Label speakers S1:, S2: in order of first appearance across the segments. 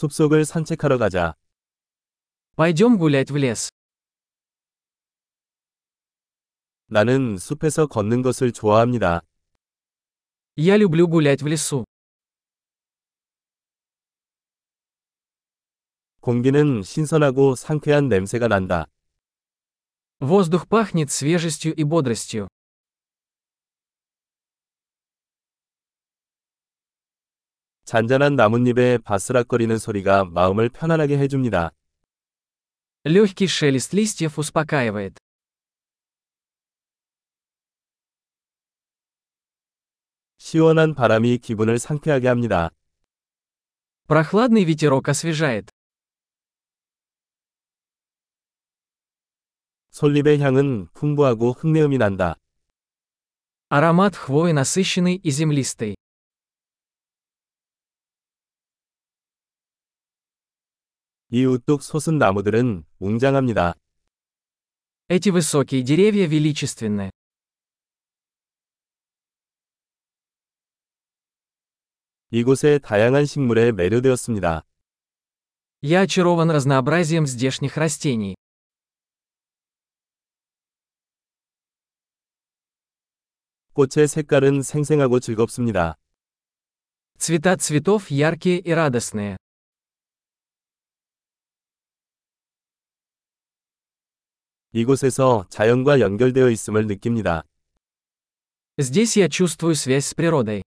S1: 숲속을 산책하러 가자.
S2: Пойдем гулять в лес.
S1: 나는 숲에서 걷는 것을 좋아합니다.
S2: Я люблю гулять в лесу.
S1: 공기는 신선하고 상쾌한 냄새가 난다.
S2: Воздух пахнет свежестью и бодростью.
S1: 잔잔한 나뭇잎의 바스락거리는 소리가 마음을 편안하게 해줍니다.
S2: Легкий шелест листьев успокаивает.
S1: 시원한 바람이 기분을 상쾌하게 합니다.
S2: Прохладный ветерок освежает.
S1: 솔잎의 향은 풍부하고 흙내음이 난다.
S2: Аромат хвои насыщенный и землистый.
S1: 이 우뚝 솟은 나무들은 웅장합니다.
S2: Эти высокие деревья величественны.
S1: 이곳의 다양한 식물에 매료되었습니다.
S2: Я очарован разнообразием здешних растений.
S1: 꽃의 색깔은 생생하고 즐겁습니다.
S2: Цвета цветов яркие и радостные.
S1: 이곳에서 자연과 연결되어 있음을 느낍니다.
S2: Здесь я чувствую связь с природой.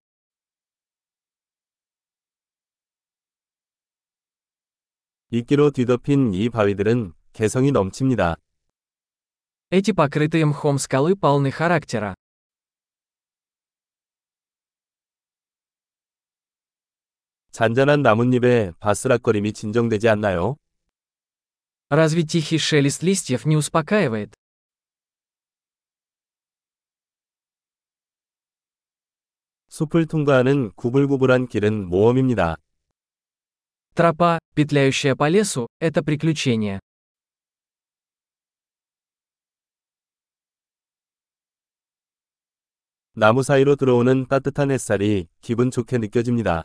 S1: 이끼로 뒤덮인 이 바위들은 개성이 넘칩니다.
S2: Эти покрытые мхом скалы полны характера.
S1: 잔잔한 나뭇잎의 바스락거림이 진정되지 않나요?
S2: Разве тихий шелест листьев не успокаивает?
S1: 숲을 통과하는 구불구불한 길은 모험입니다.
S2: Тропа, петляющая по лесу, это приключение.
S1: 나무 사이로 들어오는 따뜻한 햇살이 기분 좋게 느껴집니다.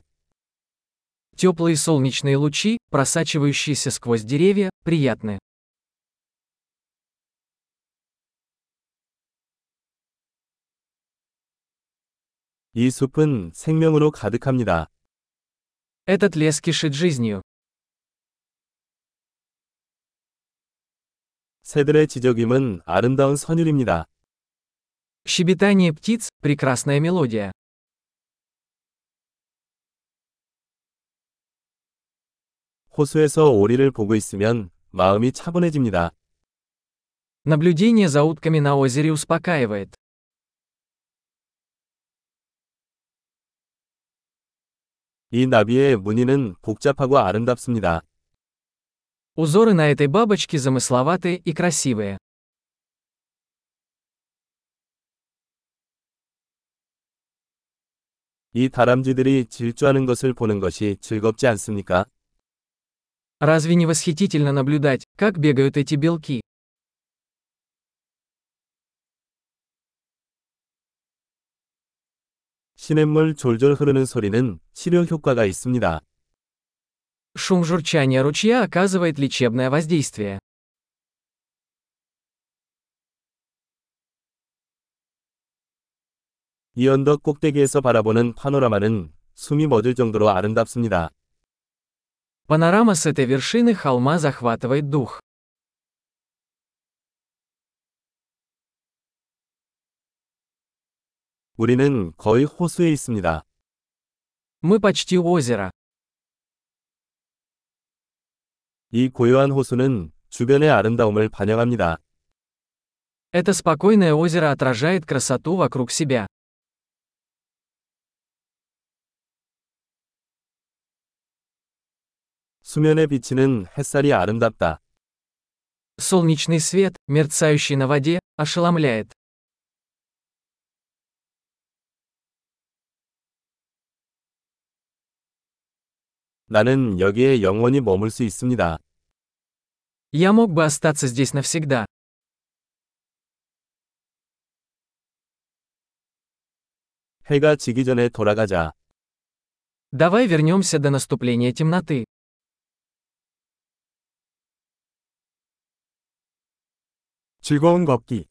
S2: Теплые солнечные лучи, просачивающиеся сквозь деревья, приятны.
S1: 이 숲은 생명으로 가득합니다.
S2: Этот лес кишит жизнью.
S1: 새들의 지저귐은 아름다운 선율입니다.
S2: Щебетание птиц – прекрасная мелодия.
S1: 호수에서 오리를 보고 있으면 마음이 차분해집니다.
S2: Наблюдение за утками на озере успокаивает.
S1: 이 나비의 무늬는 복잡하고 아름답습니다.
S2: Узоры на этой бабочке замысловатые и красивые.
S1: 이 다람쥐들이 질주하는 것을 보는 것이 즐겁지 않습니까?
S2: Разве не восхитительно наблюдать, как бегают эти белки?
S1: 시냇물 졸졸 흐르는 소리는 치료 효과가 있습니다.
S2: Шум журчания ручья оказывает лечебное воздействие.
S1: 이 언덕 꼭대기에서 바라보는 파노라마는 숨이 멎을 정도로 아름답습니다.
S2: Панорама с этой вершины холма захватывает дух.
S1: 우리는 거의 호수에 있습니다.
S2: Мы почти у озера.
S1: 이 고요한 호수는 주변의 아름다움을 반영합니다.
S2: Это спокойное озеро отражает красоту вокруг себя.
S1: 수면에 비치는 햇살이 아름답다.
S2: Солнечный свет, мерцающий на воде, ошеломляет.
S1: 나는 여기에 영원히 머물 수 있습니다.
S2: Я мог бы остаться здесь навсегда.
S1: 해가 지기 전에 돌아가자.
S2: Давай вернемся до наступления темноты.
S1: 즐거운 걷기.